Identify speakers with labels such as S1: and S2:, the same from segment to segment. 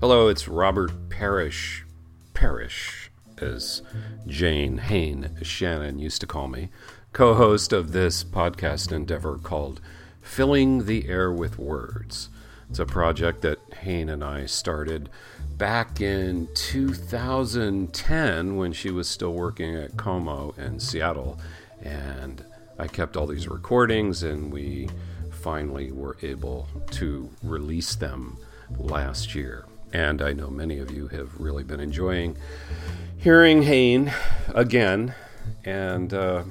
S1: Hello, it's Robert Parrish. Parrish, as Jane Hain Shannon used to call me, co host of this podcast endeavor called Filling the Air with Words. It's a project that Hain and I started back in 2010 when she was still working at Como in Seattle. And I kept all these recordings, and we finally were able to release them last year. And I know many of you have really been enjoying hearing Hain again. And uh,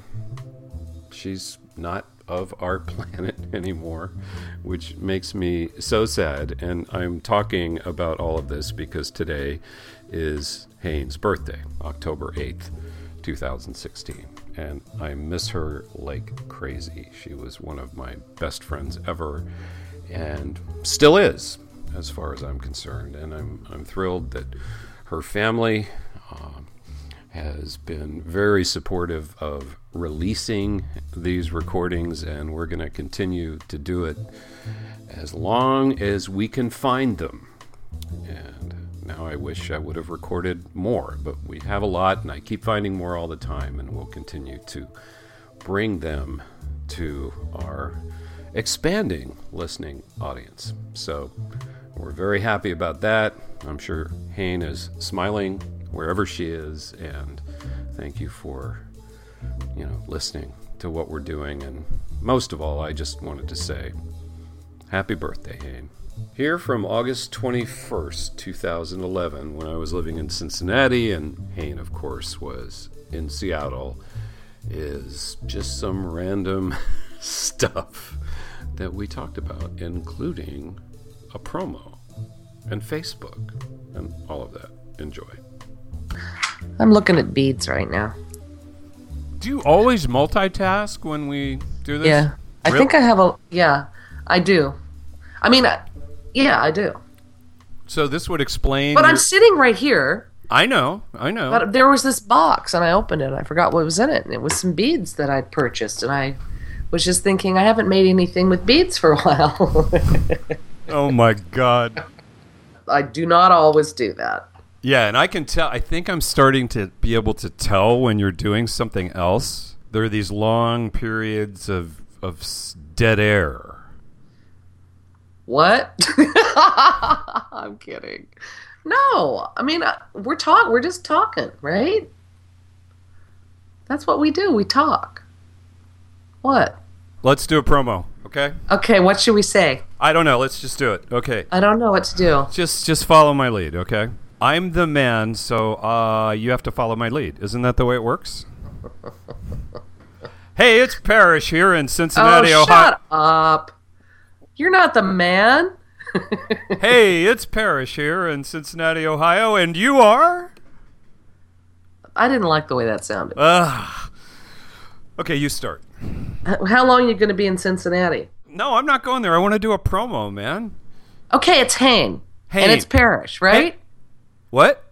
S1: she's not of our planet anymore, which makes me so sad. And I'm talking about all of this because today is Hain's birthday, October 8th, 2016. And I miss her like crazy. She was one of my best friends ever and still is, as far as I'm concerned. And I'm, I'm thrilled that her family. Um, has been very supportive of releasing these recordings, and we're going to continue to do it as long as we can find them. And now I wish I would have recorded more, but we have a lot, and I keep finding more all the time, and we'll continue to bring them to our expanding listening audience. So we're very happy about that. I'm sure Hain is smiling wherever she is, and thank you for you know listening to what we're doing. And most of all, I just wanted to say happy birthday, Hain. Here from August 21st, 2011, when I was living in Cincinnati, and Hain, of course, was in Seattle, is just some random stuff that we talked about, including a promo and Facebook and all of that. Enjoy.
S2: I'm looking at beads right now.
S3: Do you always multitask when we do this?
S2: Yeah. I
S3: Really?
S2: think I have a. Yeah, I do. I mean, I, yeah, I do.
S3: So this would explain.
S2: But I'm
S3: your-
S2: sitting right here.
S3: I know. I know.
S2: But there was this box, and I opened it. and I forgot what was in it, and it was some beads that I'd purchased, and I was just thinking I haven't made anything with beads for a while.
S3: oh my god.
S2: I do not always do that.
S3: Yeah, and I can tell. I think I'm starting to be able to tell when you're doing something else. There are these long periods of of s- dead air.
S2: What? I'm kidding. No, I mean I- we're talk. We're just talking, right? That's what we do. We talk. What?
S3: Let's do a promo, okay?
S2: Okay, what should we say?
S3: I don't know. Let's just do it, okay?
S2: I don't know what to do. Oh,
S3: Just just follow my lead, okay? I'm the man, so uh, you have to follow my lead. Isn't that the way it works? hey, it's Parrish here in
S2: Oh,
S3: Cincinnati, Ohio.
S2: shut up! You're not the man.
S3: Hey, it's Parrish here in Cincinnati, Ohio, and you are?
S2: I didn't like the way that sounded.
S3: Ugh. Okay, you start.
S2: H- How long are you going to be in Cincinnati?
S3: No, I'm not going there. I want to do a promo, man.
S2: Okay, it's Hain.
S3: Hain.
S2: And it's Parrish, right?
S3: What?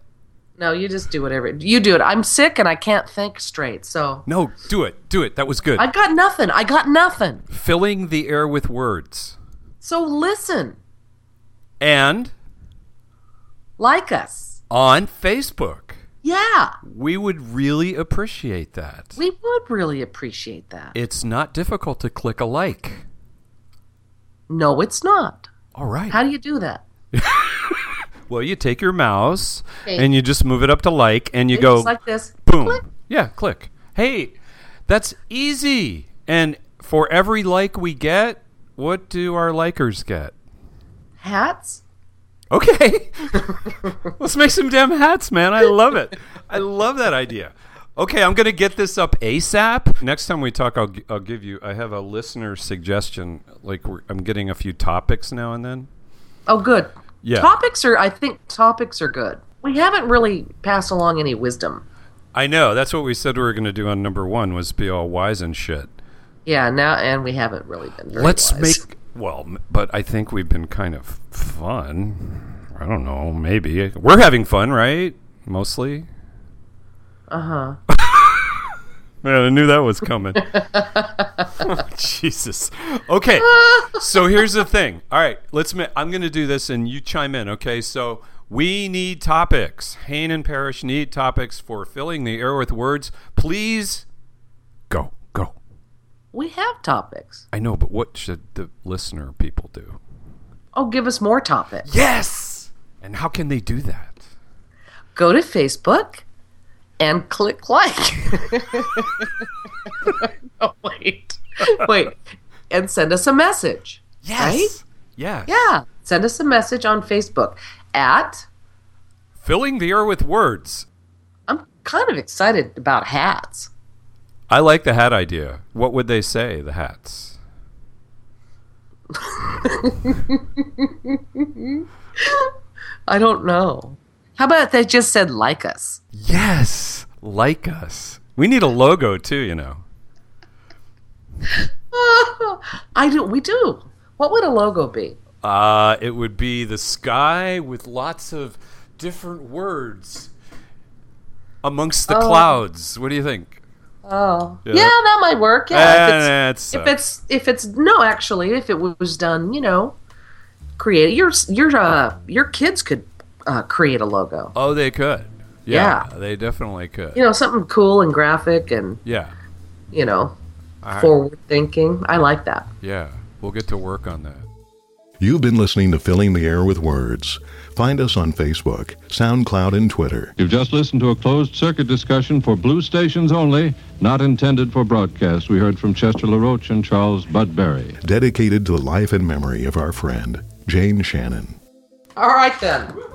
S2: No, you just do whatever. You do it. I'm sick and I can't think straight, so.
S3: No, do it. Do it. That was good.
S2: I got nothing. I got nothing.
S3: Filling the air with words.
S2: So listen,
S3: And
S2: like us.
S3: on Facebook.
S2: Yeah,
S3: We would really appreciate that.
S2: we would really appreciate that.
S3: It's not difficult to click a like.
S2: No, it's not.
S3: All right.
S2: How do you do that?
S3: well, you take your mouse
S2: Okay.
S3: and you just move it up to like and you
S2: It's
S3: go
S2: just like this.
S3: boom.
S2: Click.
S3: Yeah, click. Hey, that's easy. And for every like we get, what do our likers get?
S2: Hats?
S3: Okay. Let's make some damn hats, man. I love it. I love that idea. Okay, I'm going to get this up ASAP. Next time we talk, I'll, gi- I'll give you, I have a listener suggestion. Like, we're, I'm getting a few topics now and then.
S2: Oh, good.
S3: Yeah.
S2: Topics are, I think topics are good. We haven't really passed along any wisdom.
S3: I know. That's what we said we were going to do on number one was be all wise and shit.
S2: Yeah, now, and we haven't really been very
S3: Let's
S2: wise.
S3: make, well, m- but I think we've been kind of fun. I don't know. Maybe. We're having fun, right? Mostly.
S2: Uh-huh.
S3: Man, I knew that was coming. Jesus. Okay. So here's the thing. All right, let's. Ma- I'm going to do this, and you chime in. Okay. So
S1: We need topics. Hain and Parrish need topics for filling the air with words. Please go, go.
S2: We have topics.
S1: I know, but what should the listener people do?
S2: Oh, give us more topics.
S1: Yes! And how can they do that?
S2: Go to Facebook and click like. oh, wait. Wait. And send us a message. Right?
S1: Yes.
S2: Yeah. Send us a message on Facebook at.
S1: Filling the air with words.
S2: I'm kind of excited about hats.
S1: I like the hat idea. What would they say, the hats?
S2: I don't know. How about they just said like us?
S1: Yes. Like us. We need a logo too, you know.
S2: Oh, I do. We do. What would a logo be?
S1: Uh, it would be the sky with lots of different words amongst the clouds. What do you think?
S2: Oh, yeah,
S1: Yeah. Eh,
S2: that might work. Yeah, if it's,
S1: That's
S2: if it's if it's no, actually, if it was done, you know, create your your uh your kids could uh, create a logo.
S1: oh, they could. Yeah, they definitely could.
S2: You know, something cool and graphic and
S1: Yeah,
S2: you know,
S1: All right.
S2: forward thinking. I like that.
S1: yeah. We'll get to work on that.
S4: You've been listening to Filling the Air with Words. Find us on Facebook, SoundCloud, and Twitter.
S5: You've just listened to a closed circuit discussion for blue stations only, not intended for broadcast. We heard from Chester LaRoche and Charles Budberry.
S4: Dedicated to the life and memory of our friend, Jane Shannon.
S2: All right then.